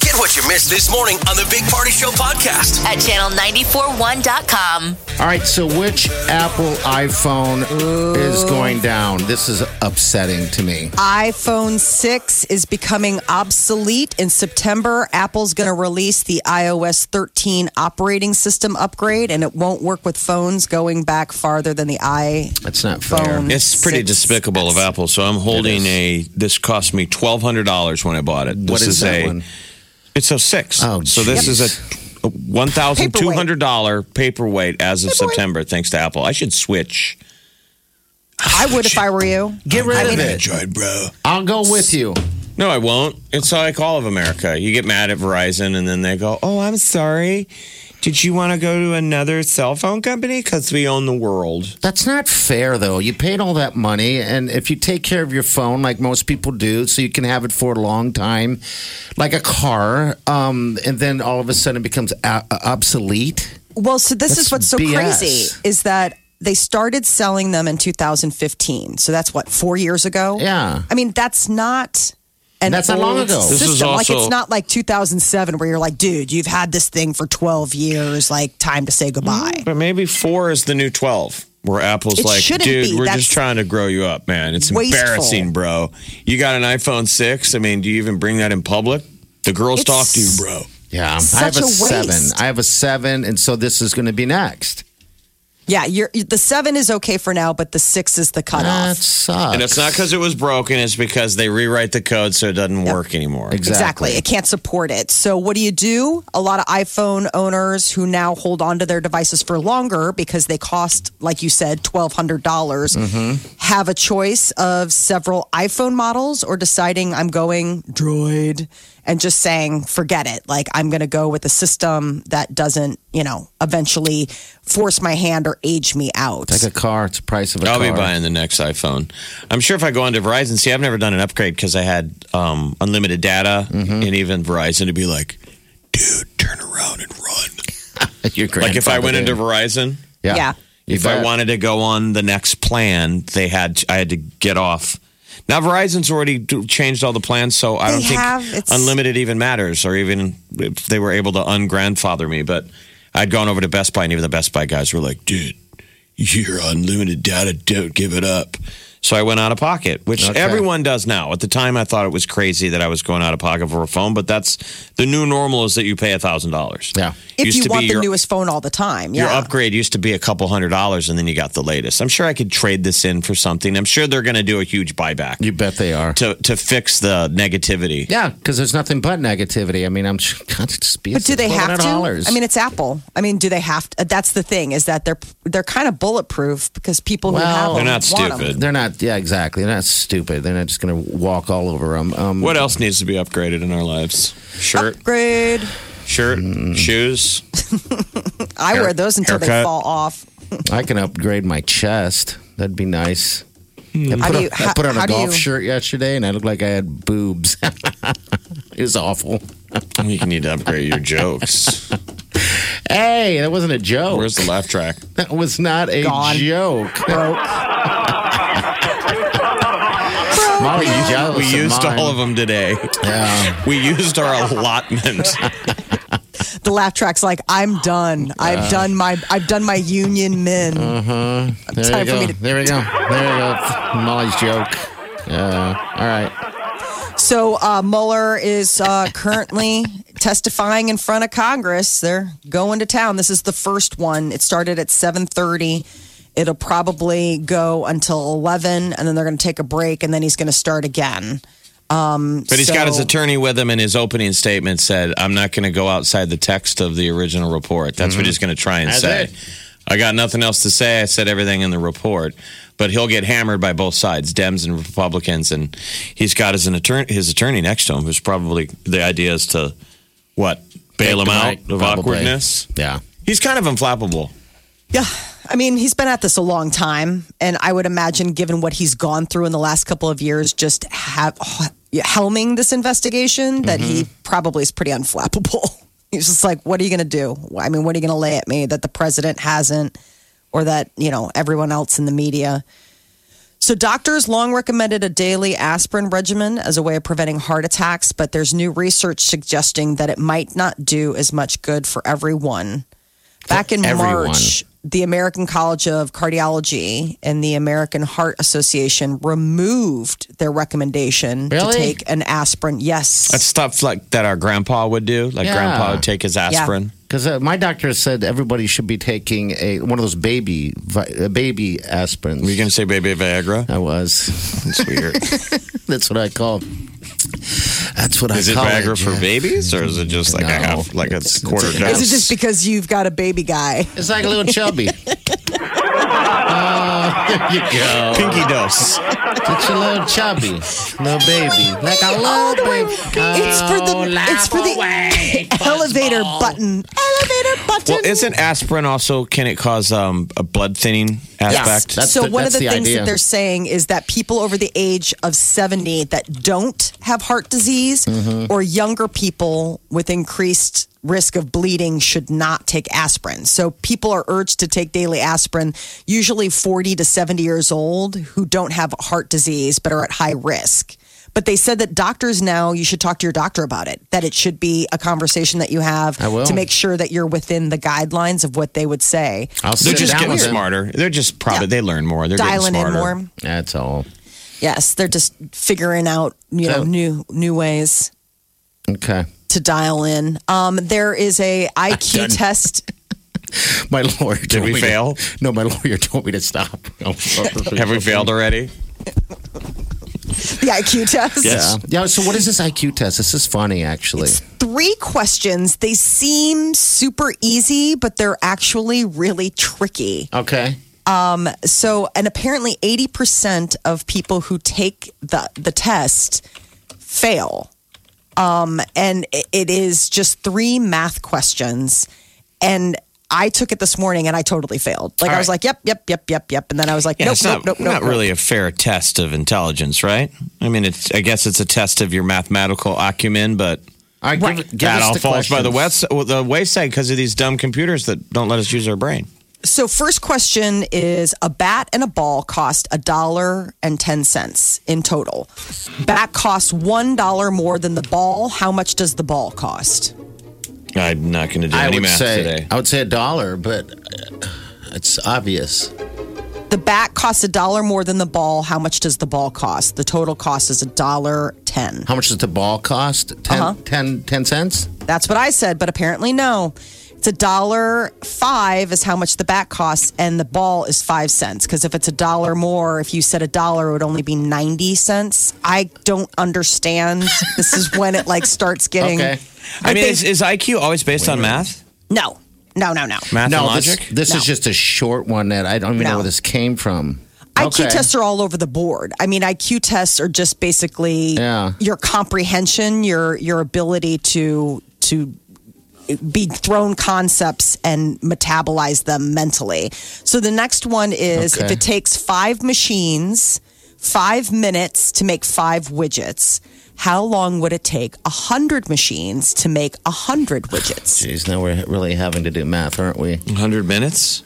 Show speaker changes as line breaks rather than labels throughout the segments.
Get what you missed this morning on the Big Party Show podcast.
at channel941.com.
All right, so which Apple iPhone is going down? This is upsetting to me.
iPhone 6 is becoming obsolete in September. Apple's going to release the iOS 13 operating system upgrade, and it won't work with phones going back farther than the iPhone.
That's not fair.
It's pretty
six.
despicable of Apple. So I'm holding a. This cost me twelve hundred dollars when I bought it. This
What is that
a.
one?
It's a six.
Oh,
so this
geez.
is a one thousand two hundred dollar paperweight as of September, thanks to Apple. I should switch.
I would if I were you.
Get rid of it.
Enjoyed, bro.
I'll go with you.
No, I won't. It's like all of America. You get mad at Verizon, and then they go, "Oh, I'm sorry. Did you want to go to another cell phone company? Because we own the world."
That's not fair, though. You paid all that money, and if you take care of your phone like most people do, so you can have it for a long time, like a car, um, and then all of a sudden it becomes a- obsolete.
Well, so this
That's
is what's so
BS.
crazy is that they started selling them in 2015. So that's what four years ago.
Yeah.
I mean that's not. An
That's not long
old
ago.
This
System.
is
like
also-
it's not like 2007 where you're like, dude, you've had this thing for 12 years. Like time to say
Mm-hmm.
goodbye.
But maybe four is the new twelve. Where Apple's
It
like,
shouldn't
dude,
be.
we're
That's
just trying to grow you up, man. It's
wasteful.
embarrassing, bro. You got an iPhone six. I mean, do you even bring that in public? The girls
It's-
talk to you, bro.
Yeah,
Such
I have a,
a waste.
seven. I have a seven, and so this is going to be next.
Yeah, you're, the seven is okay for now, but the six is the
That
cutoff.
sucks.
And it's not because it was broken. It's because they rewrite the code so it doesn't work anymore.
exactly.
Exactly. It can't support it. So, what do you do? A lot of iPhone owners who now hold on to their devices for longer because they cost, like you said, $1,200 dollars have a choice of several iPhone models or deciding I'm going Droid and just saying, forget it. Like, I'm going to go with a system that doesn't, you know, eventually force my hand or age me out.
Like a car, it's the price of a
I'll
car.
be buying the next iPhone. I'm sure if I go onto Verizon, see, I've never done an upgrade because I had um, unlimited data,
Mm-hmm.
and even Verizon to be like, dude, turn around and run.
Your
Like if I went into
grandfather
Verizon,
did. yeah,
Yeah.
You
if I
bet.
wanted to go on the next plan, they had I had to get off. Now Verizon's already do- changed all the plans, so I
They
don't think
have, it's-
unlimited even matters, or even if they were able to ungrandfather me. But I'd gone over to Best Buy, and even the Best Buy guys were like, "Dude, you're unlimited data. Don't give it up." So I went out of pocket, which
Okay.
everyone does now. At the time, I thought it was crazy that I was going out of pocket for a phone, but that's the new normal is that you pay a thousand dollars.
Yeah.
if you want the newest phone all the time.
your
yeah.
upgrade used to be a couple hundred dollars and then you got the latest. I'm sure I could trade this in for something. I'm sure they're going to do a huge buyback
You bet they are.
to, to fix the negativity.
Yeah, because there's nothing but negativity. I mean, I'm sure. God, it's just
But do they have to?
$400.
I mean, it's Apple. I mean, do they have to? Uh, That's the thing is that they're they're kind of bulletproof because people who
Well,
have
They're
them
not
want 'em.
stupid.
they're not. Yeah, exactly. They're not stupid. They're not just going to walk all over them. Um,
What else needs to be upgraded in our lives? Shirt,
Upgrade.
shirt,
Mm.
shoes.
I wear those until they
haircut.
fall off.
I can upgrade my chest. That'd be nice. I,
How
put
do
on-
you-
I put on
how- how
a
do
golf
you-
shirt yesterday, and I looked like I had boobs. it was awful.
You can need to upgrade your jokes.
Hey, that wasn't a joke.
Where's the laugh track?
that was not a
Gone.
joke. Molly, you jealous
We
of
used
mine.
all of them today.
Yeah.
We used our allotment.
The laugh track's like, I'm done. I've done my I've done my union men.
Uh-huh. There
Time
you
for
go.
me to-
There we go. There you go. Molly's joke. Uh, all right.
So uh, Mueller is uh, currently testifying in front of Congress. They're going to town. This is the first one. It started at seven thirty. It'll probably go until eleven, and then they're going to take a break, and then he's going to start again. Um,
But he's got his
So-
attorney with him, and his opening statement said, "I'm not going to go outside the text of the original report." Mm-hmm. That's what he's going to try and
That's
say.
it.
I got nothing else to say. I said everything in the report, but he'll get hammered by both sides, Dems and Republicans, and he's got his an attorney, his attorney next to him, who's probably the idea is to what bail him out of
Probably.
awkwardness.
Yeah.
He's kind of unflappable.
Yeah. I mean, he's been at this a long time. And I would imagine, given what he's gone through in the last couple of years, just have, helming this investigation, that he probably is pretty unflappable. He's just like, what are you going to do? I mean, what are you going to lay at me that the president hasn't or that, you know, everyone else in the media? So, doctors long recommended a daily aspirin regimen as a way of preventing heart attacks, but there's new research suggesting that it might not do as much good for everyone. Back in
everyone.
March, the American College of Cardiology and the American Heart Association removed their recommendation
Really?
to take an aspirin. Yes.
That's stuff like that our grandpa would do. Like
Yeah.
grandpa would take his aspirin.
Because uh, my doctor said everybody should be taking a one of those baby vi- uh, baby aspirins.
Were you going to say baby Viagra?
I was.
That's weird.
That's what I call. That's what
is
I
it
call
Viagra
it.
for
yeah.
babies, or is it just like a
No.
half, like a
It's-
quarter
it's-
dose?
Is it just because you've got a baby guy?
It's like a little chubby. oh, there you go.
pinky dose?
It's a little chubby, little baby, like a little baby.
It's for the
Oh, laugh
it's for the
away,
elevator
fuzzball.
button. Elevator button.
Well, isn't aspirin also can it cause um, a blood thinning aspect?
That's
so
the-
one of
that's
the,
the
things
idea.
that they're saying is that people over the age of 70 that don't have heart disease
Mm-hmm.
or younger people with increased risk of bleeding should not take aspirin. So people are urged to take daily aspirin, usually 40 to 70 years old who don't have heart disease but are at high risk. But they said that doctors now, you should talk to your doctor about it, that it should be a conversation that you have
I will.
to make sure that you're within the guidelines of what they would say.
I'll
They're
sit
just
down
getting
with him.
smarter. They're just probably they learn more. They're getting
Dialing in
smarter.
more.
That's all.
Yes, they're just figuring out you know
So-
new new ways
Okay.
to dial in. Um, there is a IQ test.
My lawyer told
we
me to-
fail?
no, my lawyer told me to stop. Oh, Have
Have we failed already?
The IQ test.
Yeah. Yeah. So what is this IQ test? This is funny, actually.
Three questions. They seem super easy, but they're actually really tricky.
okay.
So, and apparently, eighty percent of people who take the the test fail. Um, and it, it is just three math questions, and I took it this morning and I totally failed. Like I was
All
like,
right.
yep, yep, yep, yep, yep, and then I was like,
Yeah,
nope,
it's
nope,
not,
nope, nope,
not
nope.
really a fair test of intelligence, right? I mean, it's I guess it's a test of your mathematical acumen, but
All right. Give, give
that
us
all
the
falls by the,
questions.
west, well, the wayside because of these dumb computers that don't let us use our brain.
So, first question is a bat and a ball cost a dollar and ten cents in total. Bat costs one dollar more than the ball. How much does the ball cost?
I'm not going to do
I
any
would
math
say
today.
I would say a dollar, but uh, it's obvious.
The bat costs a dollar more than the ball. How much does the ball cost? The total cost is a dollar ten.
How much does the ball cost? 10,
Uh-huh.
10 10 cents?
That's what I said, but apparently no. It's a dollar five is how much the bat costs, and the ball is five cents. Because if it's a dollar more, if you said a dollar, it would only be ninety cents. I don't understand. this is when it like starts getting
Okay.
I, mean, is, is IQ always based on math?
no, no, no, no.
Math and
No, this,
logic?
this is
No.
just a short one that I don't even know
No.
where this came from.
IQ
Okay.
tests are all over the board. I mean, IQ tests are just basically
Yeah.
your comprehension, your your ability to to be thrown concepts and metabolize them mentally. So the next one is if
Okay.
it takes five machines, five minutes to make five widgets. How long would it take a hundred machines to make a hundred widgets?
Jeez, now we're really having to do math, aren't we?
100 minutes?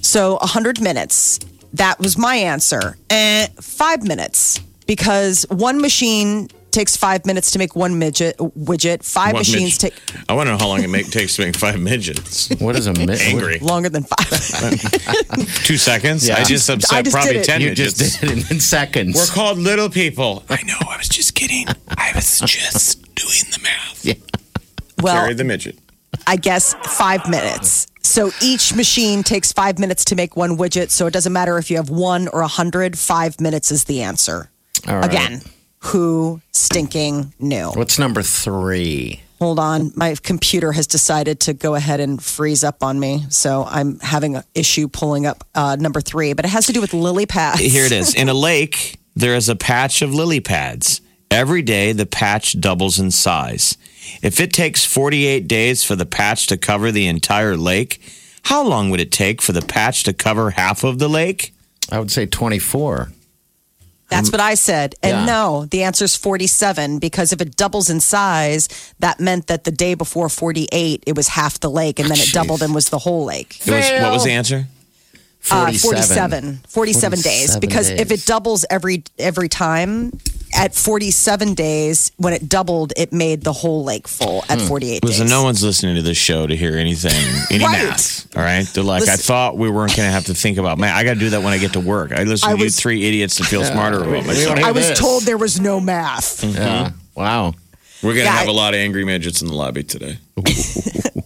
So 100 minutes. That was my answer. Eh, five minutes because one machine takes five minutes to make one midget widget. Five
One
machines
midget.
take
I want to know how long it make, takes to make five midgets.
What is a mi-
Angry.
longer than five.
Two seconds?
Yeah.
I just upset
I just
probably
did it.
10
You
midgets.
just did it in seconds.
We're called little people. I know. I was just kidding. I was just doing the math. Carry
well,
the midget.
I guess five minutes. So each machine takes five minutes to make one widget. So it doesn't matter if you have one or a hundred. Five minutes is the answer.
All right.
Again, who stinking knew?
What's number three?
Hold on. My computer has decided to go ahead and freeze up on me. So I'm having an issue pulling up uh, number three, but it has to do with lily pads.
Here it is. In a lake, there is a patch of lily pads. Every day, the patch doubles in size. If it takes 48 days for the patch to cover the entire lake, how long would it take for the patch to cover half of the lake?
I would say
Uh,
24.
That's what I said. And
um, Yeah.
no, the answer is 47 because if it doubles in size, that meant that the day before 48, it was half the lake and then it doubled and was the whole lake.
It was, what was the answer?
Uh, 47 47 days
47
because if it
days.
doubles every every time at 47 days when it doubled it made the whole lake full
Hmm.
at 48 days
Listen, no one's listening to this show to hear anything, any
Right.
math. All right, they're like, I
Listen-
thought we weren't going to have to think about math. I got to do that when I get to work. I listen
I
to
was-
you three idiots to feel smarter about myself.
i
Look at
was
this.
told there was no math
Hmm.
Yeah. Wow.
We're going to
Yeah,
have
I-
a lot of angry midgets in the lobby today.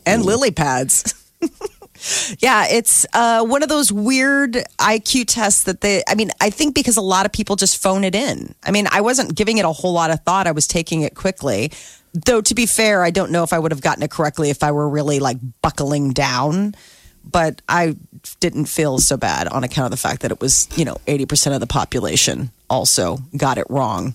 and lily pads. yeah, it's uh, one of those weird IQ tests that they, I mean, I think because a lot of people just phone it in. I mean, I wasn't giving it a whole lot of thought, I was taking it quickly. Though, to be fair, I don't know if I would have gotten it correctly if I were really like buckling down. But I didn't feel so bad on account of the fact that it was, you know, 80% of the population also got it wrong.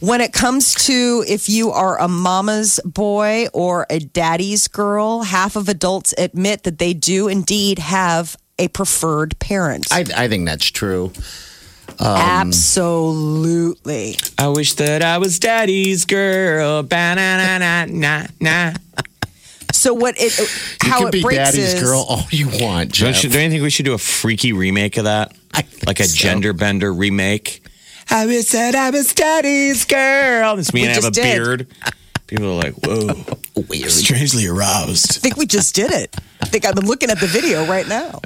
When it comes to if you are a mama's boy or a daddy's girl, half of adults admit that they do indeed have a preferred parent.
I, I think that's true.
Absolutely.
Um, I wish that I was daddy's girl. Ba-na-na-na-na-na.
So what it
You
how
can
it
be
breaks
daddy's
is
girl all you want, Jeff.
Don't you, don't you think we should do a freaky remake of that?
I think
Like a
so.
gender bender remake? I wish that I was daddy's girl. It's me
We
and I have a
just did.
beard. People are like, whoa. Weird. Strangely aroused.
I think we just did it. I think I've been looking at the video right now.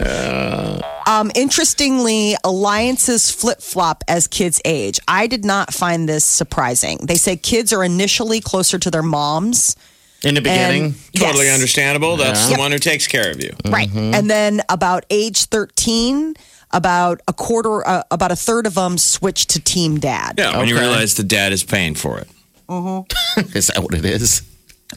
Um, interestingly, alliances flip flop as kids age. I did not find this surprising. They say kids are initially closer to their moms.
In the beginning,
And,
Totally
Yes.
understandable. That's the one who takes care of you.
Right. And then about age 13, about a quarter, uh, about a third of them switch to team dad
Yeah, when you
Okay.
realize the dad is paying for it.
is that what it is?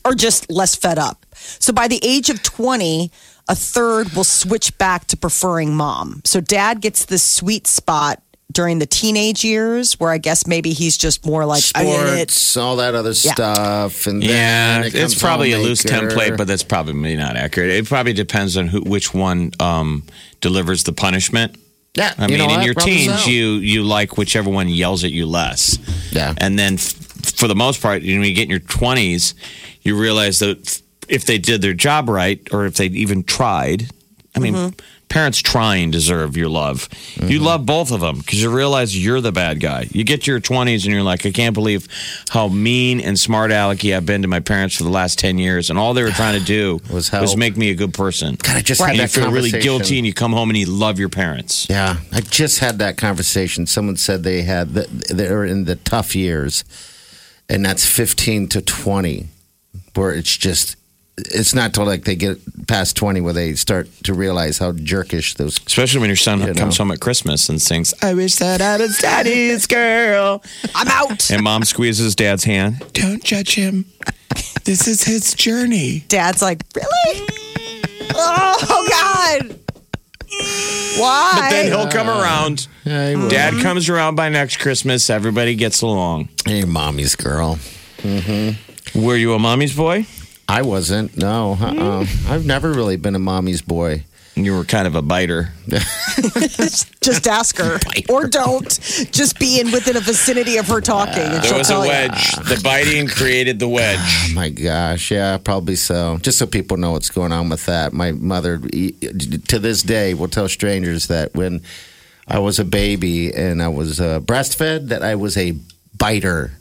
or just less fed up. So by the age of 20, a third will switch back to preferring mom. So dad gets this sweet spot during the teenage years where I guess maybe he's just more like, I get it.
Sports, all that other stuff, and
Yeah,
then it
it's
comes
probably a loose
homemaker.
template, but that's probably not accurate. It probably depends on who, which one um, delivers the punishment.
yeah,
I
you
mean,
know
in
what?
your
Probably
teens,
so.
you you like whichever one yells at you less.
Yeah.
And then, f- for the most part, when you get in your twenties, you realize that if they did their job right, or if they even tried, I mean,
Mm-hmm.
parents trying deserve your love. You love both of them because you realize you're the bad guy. You get to your twenties and you're like, I can't believe how mean and smart alecky I've been to my parents for the last ten years, and all they were trying to do
Was help.
was make me a good person.
God, I just
and
had
you
that
feel really
conversation.
guilty, and you come home and you love your parents.
Yeah, I just had that conversation. Someone said they had that they're in the tough years, and that's fifteen to twenty, where it's just it's not till like they get past twenty where they start to realize how jerkish those.
Especially when your son
You
comes
know.
home at Christmas and sings, I wish that I was daddy's girl.
I'm out.
And mom squeezes dad's hand.
Don't judge him. This is his journey.
Dad's like, really? Oh God. Why?
But then he'll come around. Dad comes around by next Christmas. Everybody gets along.
Hey, mommy's girl.
Were you a mommy's boy?
I wasn't. No, uh-uh. I've never really been a mommy's boy.
You were kind of a biter.
just ask her or don't. Just be in within a vicinity of her talking. And
There
she'll
was a
tell you.
wedge. The biting created the wedge.
Oh my gosh, yeah, probably so. Just so people know what's going on with that. My mother, e- to this day, will tell strangers that when I was a baby and I was uh, breastfed, that I was a biter.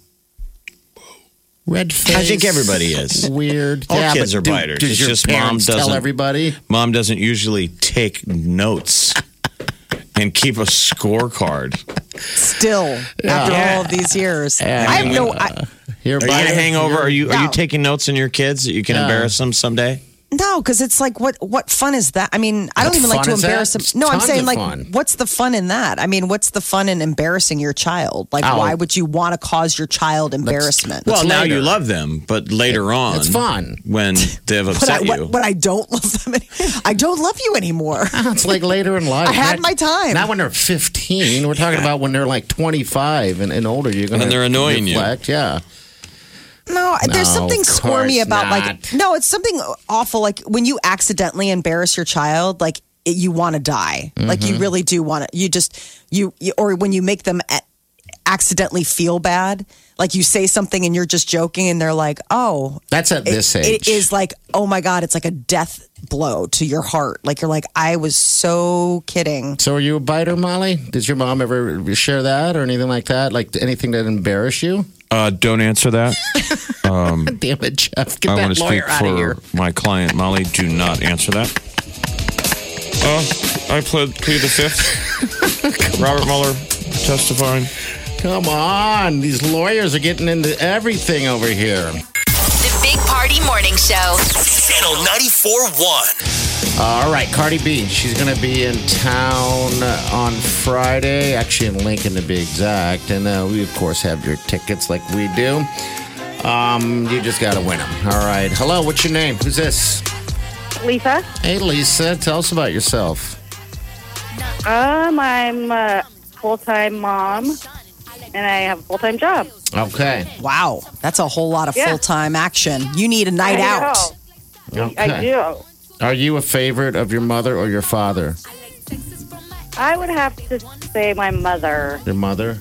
Red face.
I think everybody is.
Weird.
All
Yeah,
kids
but
are
do-
biters.
Does
It's
your
just mom
parents tell
doesn't-
everybody?
Mom doesn't usually take notes and keep a scorecard.
Still after all of these years. I have no I,
You're a
Are you going to
biter.
hang over? Are you, are you
No.
taking notes on your kids that you can
No.
embarrass them someday?
No, because it's like what what fun is that? I mean, I
What
don't even like
fun
to
is that?
embarrass them.
It's
No, I'm
tons
saying
of
like,
fun.
what's the fun in that? I mean, what's the fun in embarrassing your child? Like,
Oh.
why would you want to cause your child embarrassment?
Well, now
later.
you love them, but later on,
it's fun.
when they have
but I,
upset you.
but, but I don't love them. Any- I don't love you anymore.
It's like later in life.
I had my time.
Not when they're 15. We're talking about when they're like 25 and, and older. You're going
And they're annoying you.
you. Yeah.
No, there's
No,
something
of
squirmy
course
about
not.
like no, it's something awful. Like when you accidentally embarrass your child, like it, you want to die. Like
Mm-hmm.
you really do want to. You just you, you or when you make them a- accidentally feel bad, like you say something and you're just joking, and they're like, oh.
That's at
It-
this age.
it is like, oh my God, it's like a death blow to your heart. Like, you're like, I was so kidding.
So are you a biter, Molly? Did your mom ever share that or anything like that? Like anything that embarrassed you?
uh, don't answer that.
Damn it, Jeff. Get
I want
that
to speak
lawyer out of here.
for my client, Molly. Do not answer that. Uh, I pled plead the fifth. Robert Mueller testifying.
Come on. These lawyers are getting into everything over here.
The Big Party Morning Show.
Channel 94.1.
All right, Cardi B. She's going to be in town on Friday, actually in Lincoln to be exact. And uh, we, of course, have your tickets like we do. Um, you just got to win them. All right. Hello, what's your name? Who's this?
Lisa.
Hey, Lisa. Tell us about yourself.
Um, I'm a full time mom, and I have a full time job.
Okay.
Wow, that's a whole lot of
Yeah.
full time action. You need a night
I
out.
know.
okay.
I do.
Are you a favorite of your mother or your father?
I would have to say my mother.
Your mother?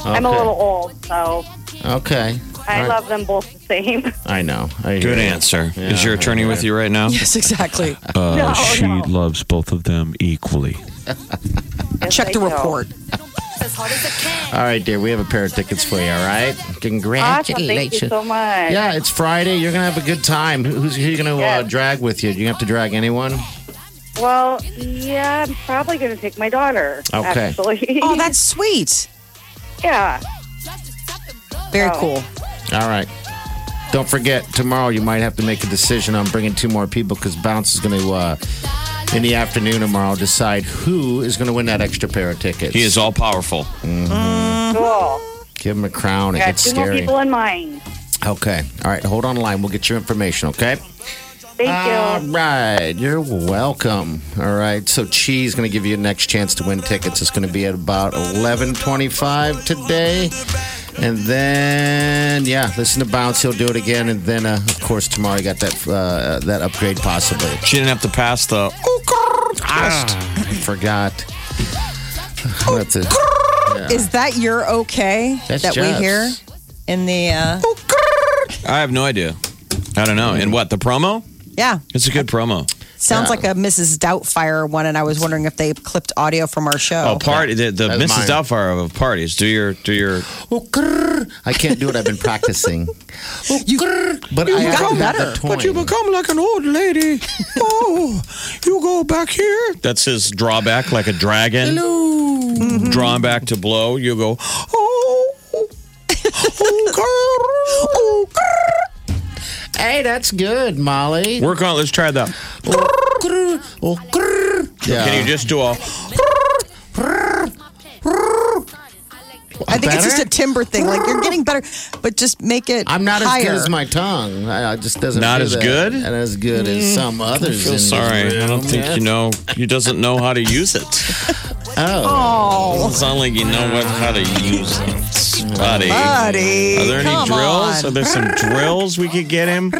Okay.
I'm a little old, so
Okay.
I
All right.
love them both the same.
I know. I hear
Good
you.
answer.
Yeah,
Is your attorney with you right now?
Yes, exactly.
Uh, no,
she
no.
loves both of them equally.
Yes, I
Check the
do.
report.
All right, dear. We have a pair of tickets for you. All right.
Awesome.
Congratulations.
Thank you so much.
Yeah, it's Friday. You're gonna have a good time. Who- Who's who you gonna uh,
Yes.
drag with you? You have to drag anyone.
Well, yeah, I'm probably going to take my daughter.
Okay.
Actually.
Oh, that's sweet.
yeah.
Very
Oh.
cool.
All right. Don't forget tomorrow. You might have to make a decision on bringing two more people because Bounce is gonna uh, in the afternoon tomorrow decide who is gonna win that extra pair of tickets.
He is all powerful.
Mm-hmm.
Cool.
Give him a crown. It
Got
gets
two more
scary.
people in mind.
Okay. All right. Hold on the line. We'll get your information. Okay.
Thank
All
Um,
you.
right. You're welcome. All right. So Chi's going to give you a next chance to win tickets. It's going to be at about 11:25 today. And then, yeah, listen to Bounce. He'll do it again. And then, uh, of course, tomorrow you got that uh, that upgrade possibly.
She didn't have to pass the.
I forgot. That's it.
Is that your okay
That's
that
Jeff's.
we hear in the uh,
I have no idea. I don't know. And what the promo?
yeah?
It's a good promo.
Sounds like a Mrs. Doubtfire one, and I was wondering if they clipped audio from our
Oh,
show.
party! The, the
That's
Mrs.
mine.
Doubtfire of parties. Do your do your.
I can't do it. I've been practicing.
you,
But I
got
haven't had
better.
the
But you
time.
become like an old lady. oh, you go back here.
That's his drawback, like a dragon. Drawn back to blow. You go.
Oh, oh, girl.
Hey, that's good, Molly. Oh,
Work on. it. Let's try that.
Yeah.
Can you just do a?
I think it's
Better?
just a timber thing. Like you're getting better, but just make it.
I'm not
higher.
as good as my tongue. I, I just doesn't
Not
do
as
that.
good?
and as good
Mm.
as some others. in
Feel
this
sorry. I don't
room.
think
Yeah.
you know. He doesn't know how to use it.
Oh,
Oh,
It's not like you know what how to use it, buddy.
buddy.
Are there any
come
drills?
on.
Are there some drills we could get him?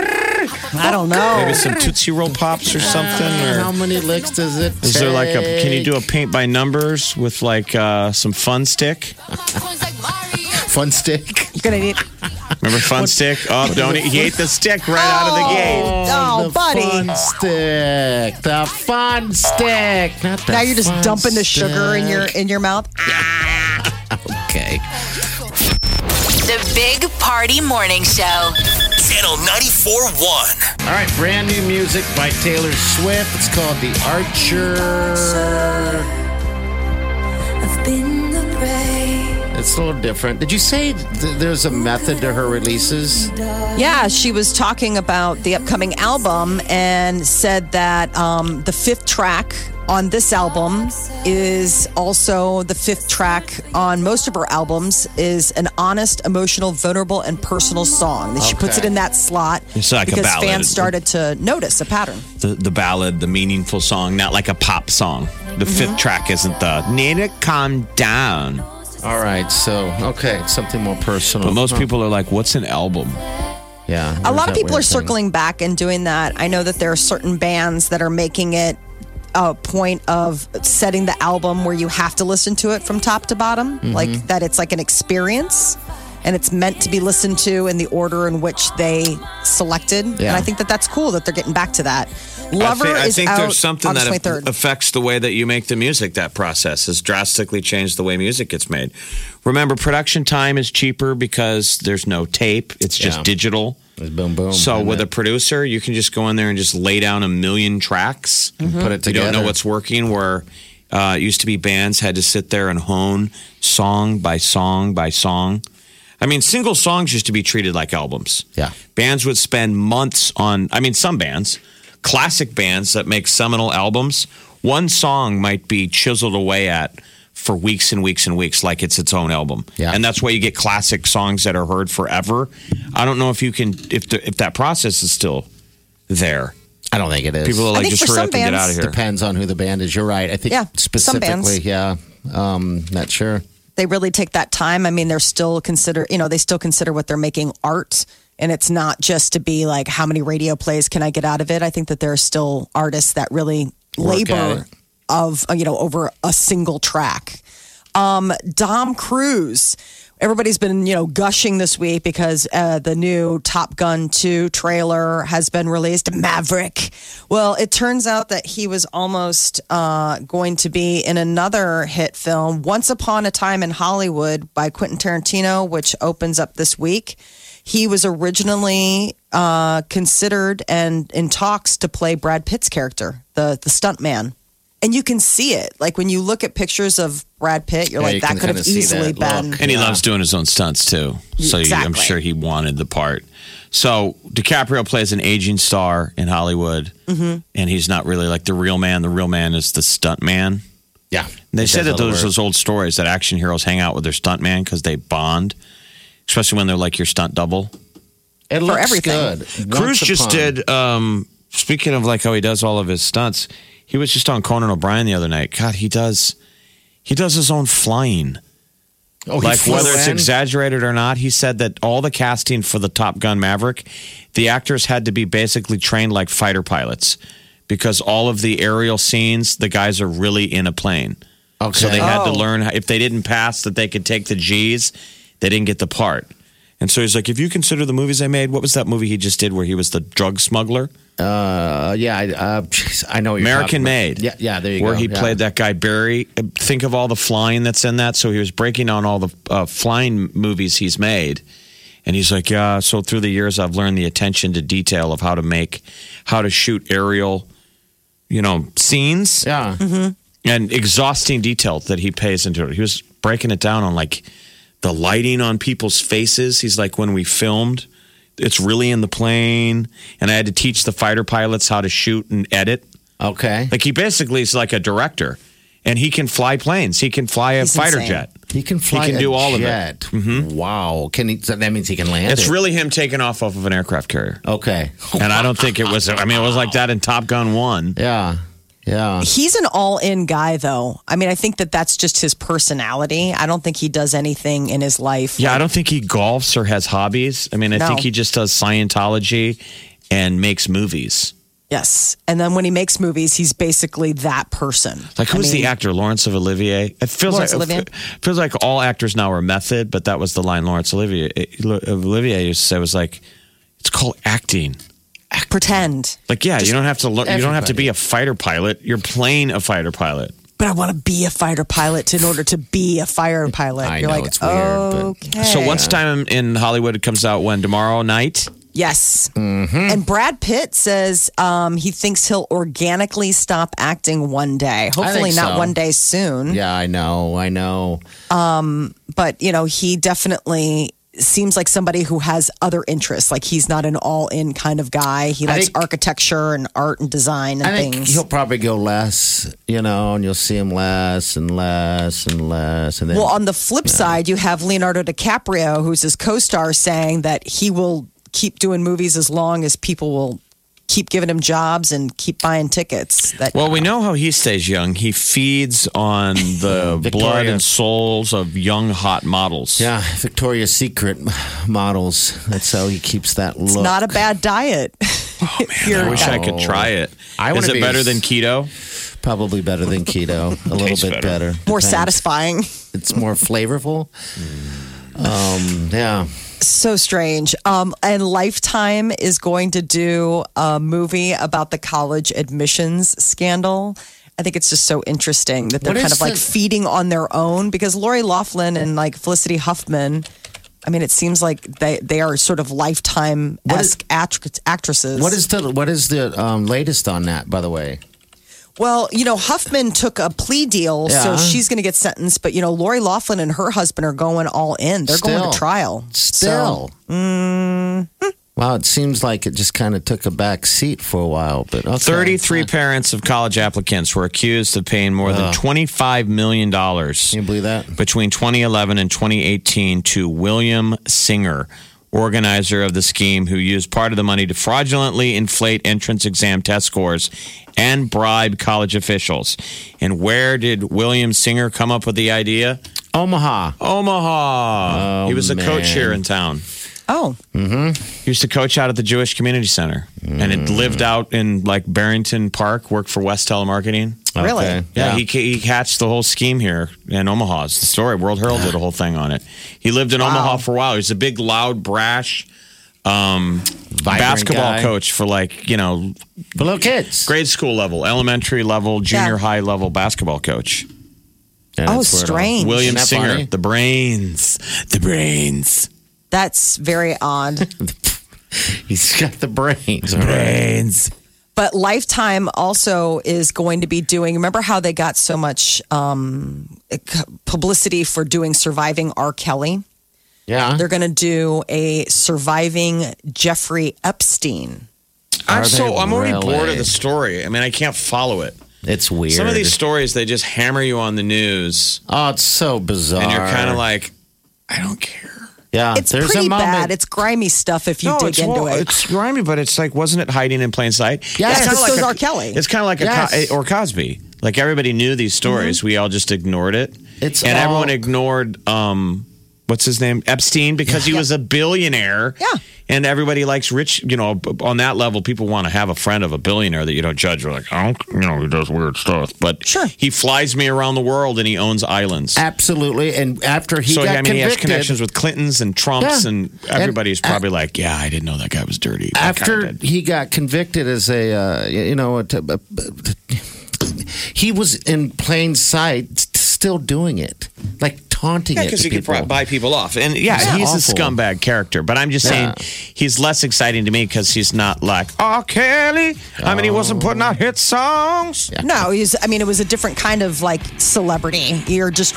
I don't know.
Maybe some Tootsie Roll Pops or something?
how
Or
many licks does it?
is there like a, can you do
take?
a paint by numbers with like uh, some Fun Stick?
fun stick?
You're gonna need.
Remember Fun Stick? Oh, don't eat. He ate the stick right out of the gate.
Oh,
the
buddy.
fun stick. The fun stick. Not the
Now you're just
fun
dumping the sugar in your
stick.
in your mouth.
Okay.
The Big Party Morning Show.
Channel 94.1.
All right, brand new music by Taylor Swift. It's called The Archer.
I've been the prey.
It's it's a little different. Did you say th- there's a method to her releases?
Yeah, she was talking about the upcoming album and said that um, the fifth track on this album is also the fifth track on most of her albums is an honest, emotional, vulnerable, and personal song. That she puts it
Okay.
in that slot
It's like a
because
ballad.
fans started to notice a pattern.
the, the ballad, the meaningful song, not like a pop song. The fifth track isn't the need to calm down.
All right, so okay, it's something more personal.
But most
Huh.
people are like, what's an album?
yeah,
A
there's
lot of
that
people are
weird thing.
circling back and doing that. I know that there are certain bands that are making it a point of setting the album where you have to listen to it from top to bottom,
Mm-hmm.
like that it's like an experience and it's meant to be listened to in the order in which they selected. And
Yeah.
I think that that's cool that they're getting back to that. Lover
I think, I
is
think
out
there's something
August
that
23rd.
affects the way that you make the music. That process has drastically changed the way music gets made. Remember, production time is cheaper because there's no tape; it's just
Yeah.
digital.
boom boom.
So
and
with a
then
producer, you can just go in there and just lay down a million tracks.
put
Mm-hmm.
it
You
together.
don't know what's working. Where uh, it used to be, bands had to sit there and hone song by song by song. I mean, single songs used to be treated like albums.
Yeah.
bands would spend months on. I mean, some bands, classic bands that make seminal albums, one song might be chiseled away at for weeks and weeks and weeks, like it's its own album.
Yeah.
and that's why you get classic songs that are heard forever. I don't know if you can if the, if that process is still there.
I don't think it is.
People are
I
like,
think
just
for
hurry up
some
and get out
bands-
of here.
depends on who the band is. You're right. I think
Yeah, some bands.
specifically, yeah. Um, not sure.
they really take that time. I mean, they're still consider, you know, they still consider what they're making art. And it's not just to be like, how many radio plays can I get out of it? I think that there are still artists that really
Work at it.
labor of, uh, you know, over a single track. Um, Dom Cruise. Everybody's been, you know, gushing this week because uh, the new Top Gun 2 trailer has been released, Maverick. Well, it turns out that he was almost uh, going to be in another hit film, Once Upon a Time in Hollywood by Quentin Tarantino, which opens up this week. He was originally uh, considered and in talks to play Brad Pitt's character, the, the stuntman. And you can see it. Like when you look at pictures of Brad Pitt, you're
Yeah,
like,
you
that
can
could have
kinda see
easily
that
been.
look.
And he loves doing his own stunts too. So you- I'm
Exactly.
sure he wanted the part. So DiCaprio plays an aging star in Hollywood, and he's not really like the real man. The real man is the stunt man.
Yeah,
And They
It
said
does
that
all the
those
work.
those old stories that action heroes hang out with their stunt man because they bond, especially when they're like your stunt double.
it looks good.
everything.
Cruz
Once
just
upon-
did. Um, speaking of like how he does all of his stunts, he was just on Conan O'Brien the other night. God, he does. He does his own flying.
Oh, he
like
flew
whether it's
in?
exaggerated or not, he said that all the casting for the Top Gun Maverick, the actors had to be basically trained like fighter pilots because all of the aerial scenes, the guys are really in a plane.
Okay.
So they had to
Oh.
learn how, if they didn't pass that they could take the G's, they didn't get the part. And so he's like, if you consider the movies I made, what was that movie he just did where he was the drug smuggler?
Uh, yeah, I, uh, jeez, I know. What you're
American
talking
Made.
about. Yeah, yeah. There you
where
go.
he
yeah.
played that guy Barry. Think of all the flying that's in that. So he was breaking on all the uh, flying movies he's made, and he's like, yeah. So through the years, I've learned the attention to detail of how to make, how to shoot aerial, you know, scenes
Yeah.
and exhausting detail that he pays into it. He was breaking it down on like the lighting on people's faces. He's like, when we filmed, it's really in the plane, and I had to teach the fighter pilots how to shoot and edit.
Mm-hmm.
Okay.
Like he basically is like a director, and he can fly planes. He can fly a
He's
fighter
insane.
jet.
He can fly.
can do
a
all of it. Mm-hmm.
jet. of it. Wow. Can he? so That means he can land.
It's
it.
really him taking off off of an aircraft carrier.
okay.
And I don't think it was. I mean, it was like that in Top Gun One.
Yeah. Yeah.
He's an all in guy, though. I mean, I think that that's just his personality. I don't think he does anything in his life.
Yeah, I don't think he golfs or has hobbies. I mean, I
No.
think he just does Scientology and makes movies.
Yes. And then when he makes movies, he's basically that person.
Like
I
who's
mean,
the actor? Lawrence of Olivier. It feels
Laurence
like
Olivier.
it feels like all actors now are method, but that was the line Lawrence Olivier eh, Olivier used to say was like, it's called acting.
Pretend.
Like, yeah, you don't have to learn. You don't have to be a fighter pilot. You're playing a fighter pilot.
But I want to be a fighter pilot in order to be a fire pilot.
I
You're
know,
like,
it's weird, but-
okay.
So once time in Hollywood it comes out when tomorrow night.
Yes.
Mm-hmm.
And Brad Pitt says um, he thinks he'll organically stop acting one day. Hopefully, not
so.
one day soon.
Yeah, I know. I know.
But, you know, he definitely seems like somebody who has other interests. Like he's not an all in kind of guy. He
I
likes
think-
architecture and art and design and
I think
things.
he'll probably go less, you know, and you'll see him less and less and less. And then
Well, uh, on the flip side, you have Leonardo DiCaprio, who's his co star, saying that he will keep doing movies as long as people will keep giving him jobs and keep buying tickets. That
Well, we know how he stays young. He feeds on the blood
Victoria.
and souls of young hot models.
yeah, Victoria's Secret models. That's how he keeps that look. Oh,
it's not a bad diet. If you're-
I wish I could try it.
I
Is
wanna
it
be
better
s-
than keto?
Probably better than keto. A little
Tastes
bit better.
more
Depends.
satisfying.
It's more flavorful.
Mm.
Um, yeah.
So strange. Um, and Lifetime is going to do a movie about the college admissions scandal. I think it's just so interesting that they're
What
kind
is
of like
the-
feeding on their own because Lori Laughlin and like Felicity Huffman. I mean, it seems like they, they are sort of lifetime esque actresses.
What is the what is the um, latest on that? By the way,
Well, you know, Huffman took a plea deal, so
Yeah.
she's going to get sentenced. But you know, Lori Laughlin and her husband are going all in. They're going
Still.
to trial.
still.
So,
mm-hmm.
Wow, it seems like it just kind of took a back seat for a while, but okay.
33 parents of college applicants were accused of paying more than $25 million
Can you believe that?
between 2011 and 2018 to William Singer, organizer of the scheme, who used part of the money to fraudulently inflate entrance exam test scores and bribe college officials. And where did William Singer come up with the idea?
Omaha.
Omaha.
Oh,
he was a coach
man.
here in town.
oh,
He used to coach out at the Jewish Community Center and
Mm.
had lived out in like Barrington Park, worked for West Telemarketing.
Really? Oh,
Okay.
Yeah, he he, he hatched the whole scheme here in Omaha. It's the story. World Herald did a whole thing on it. He lived in Omaha for a while. He was a big, loud, brash um,
Vibrant
basketball
guy.
coach for like, you know,
For little kids.
grade school level, elementary level, junior
Yeah.
high level basketball coach.
And
oh,
that's where it all-
strange.
William
that
Singer,
funny?
the brains. The brains.
That's very odd.
He's got the brains. all right.
Brains.
But Lifetime also is going to be doing. Remember how they got so much um, publicity for doing surviving R. Kelly?
Mm-hmm.
Yeah.
They're going to do a surviving Jeffrey Epstein.
I'm
Are
so
they
I'm already bored of
really?
the story. I mean, I can't follow it.
It's weird.
Some of these stories they just hammer you on the news
Oh, it's so bizarre.
and you're kind of like I don't care.
yeah.
It's
there's
pretty
a moment.
bad. It's grimy stuff if you dig
it's,
into
well,
it.
it's grimy, but it's like wasn't it hiding in plain sight?
Yes.
it's
Yes,
kind of like
so is
a-
R. Kelly.
It's kind of like a
Yes.
Co- or Cosby. Like everybody knew these stories,
Mm-hmm.
we all just ignored it.
It's
and
all-
everyone ignored um, what's his name Epstein because he was a billionaire.
Yeah.
and everybody likes rich. You know, on that level, people want to have a friend of a billionaire that you don't judge. You're like, I don't, you know, he does weird stuff, but
Sure.
he flies me around the world and he owns islands.
Absolutely. And after he
so
got
I mean, he has
convicted,
connections with Clintons and Trumps,
Yeah.
and
And-
everybody's probably like, "Yeah, I didn't know that guy was dirty." That guy
after
did.
he got convicted as a uh, you know a t- a- a- he was in plain sight st- still doing it like taunting
Yeah,
it
because
to
he could
people.
pro- buy people off, and yeah,
Yeah,
he's a
awful.
scumbag character. But I'm just saying, he's less exciting to me because he's not like R. Kelly. I mean, he wasn't putting out hit songs.
No, he's, I mean, it was a different kind of like celebrity. You're just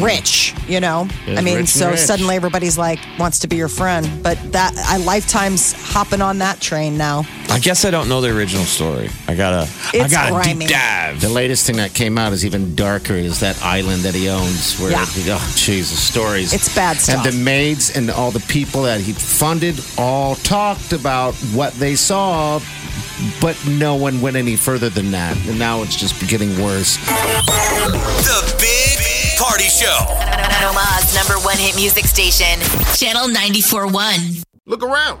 rich, you know?
It was
I mean,
Mm. rich
so
and rich.
suddenly everybody's like, wants to be your friend. But that, I Lifetime's hopping on that train now.
I guess I don't know the original story. I gotta, I
It's
gotta
grimy.
deep dive.
the latest thing that came out is even darker is that island that he owns where
Yeah.
oh Jesus stories
It's bad
and
stuff.
the maids and all the people that he funded all talked about what they saw but no one went any further than that and now it's just getting worse
The Big, Big Party Show.
Omaha's number one hit music station, Channel 94.1.
Look around.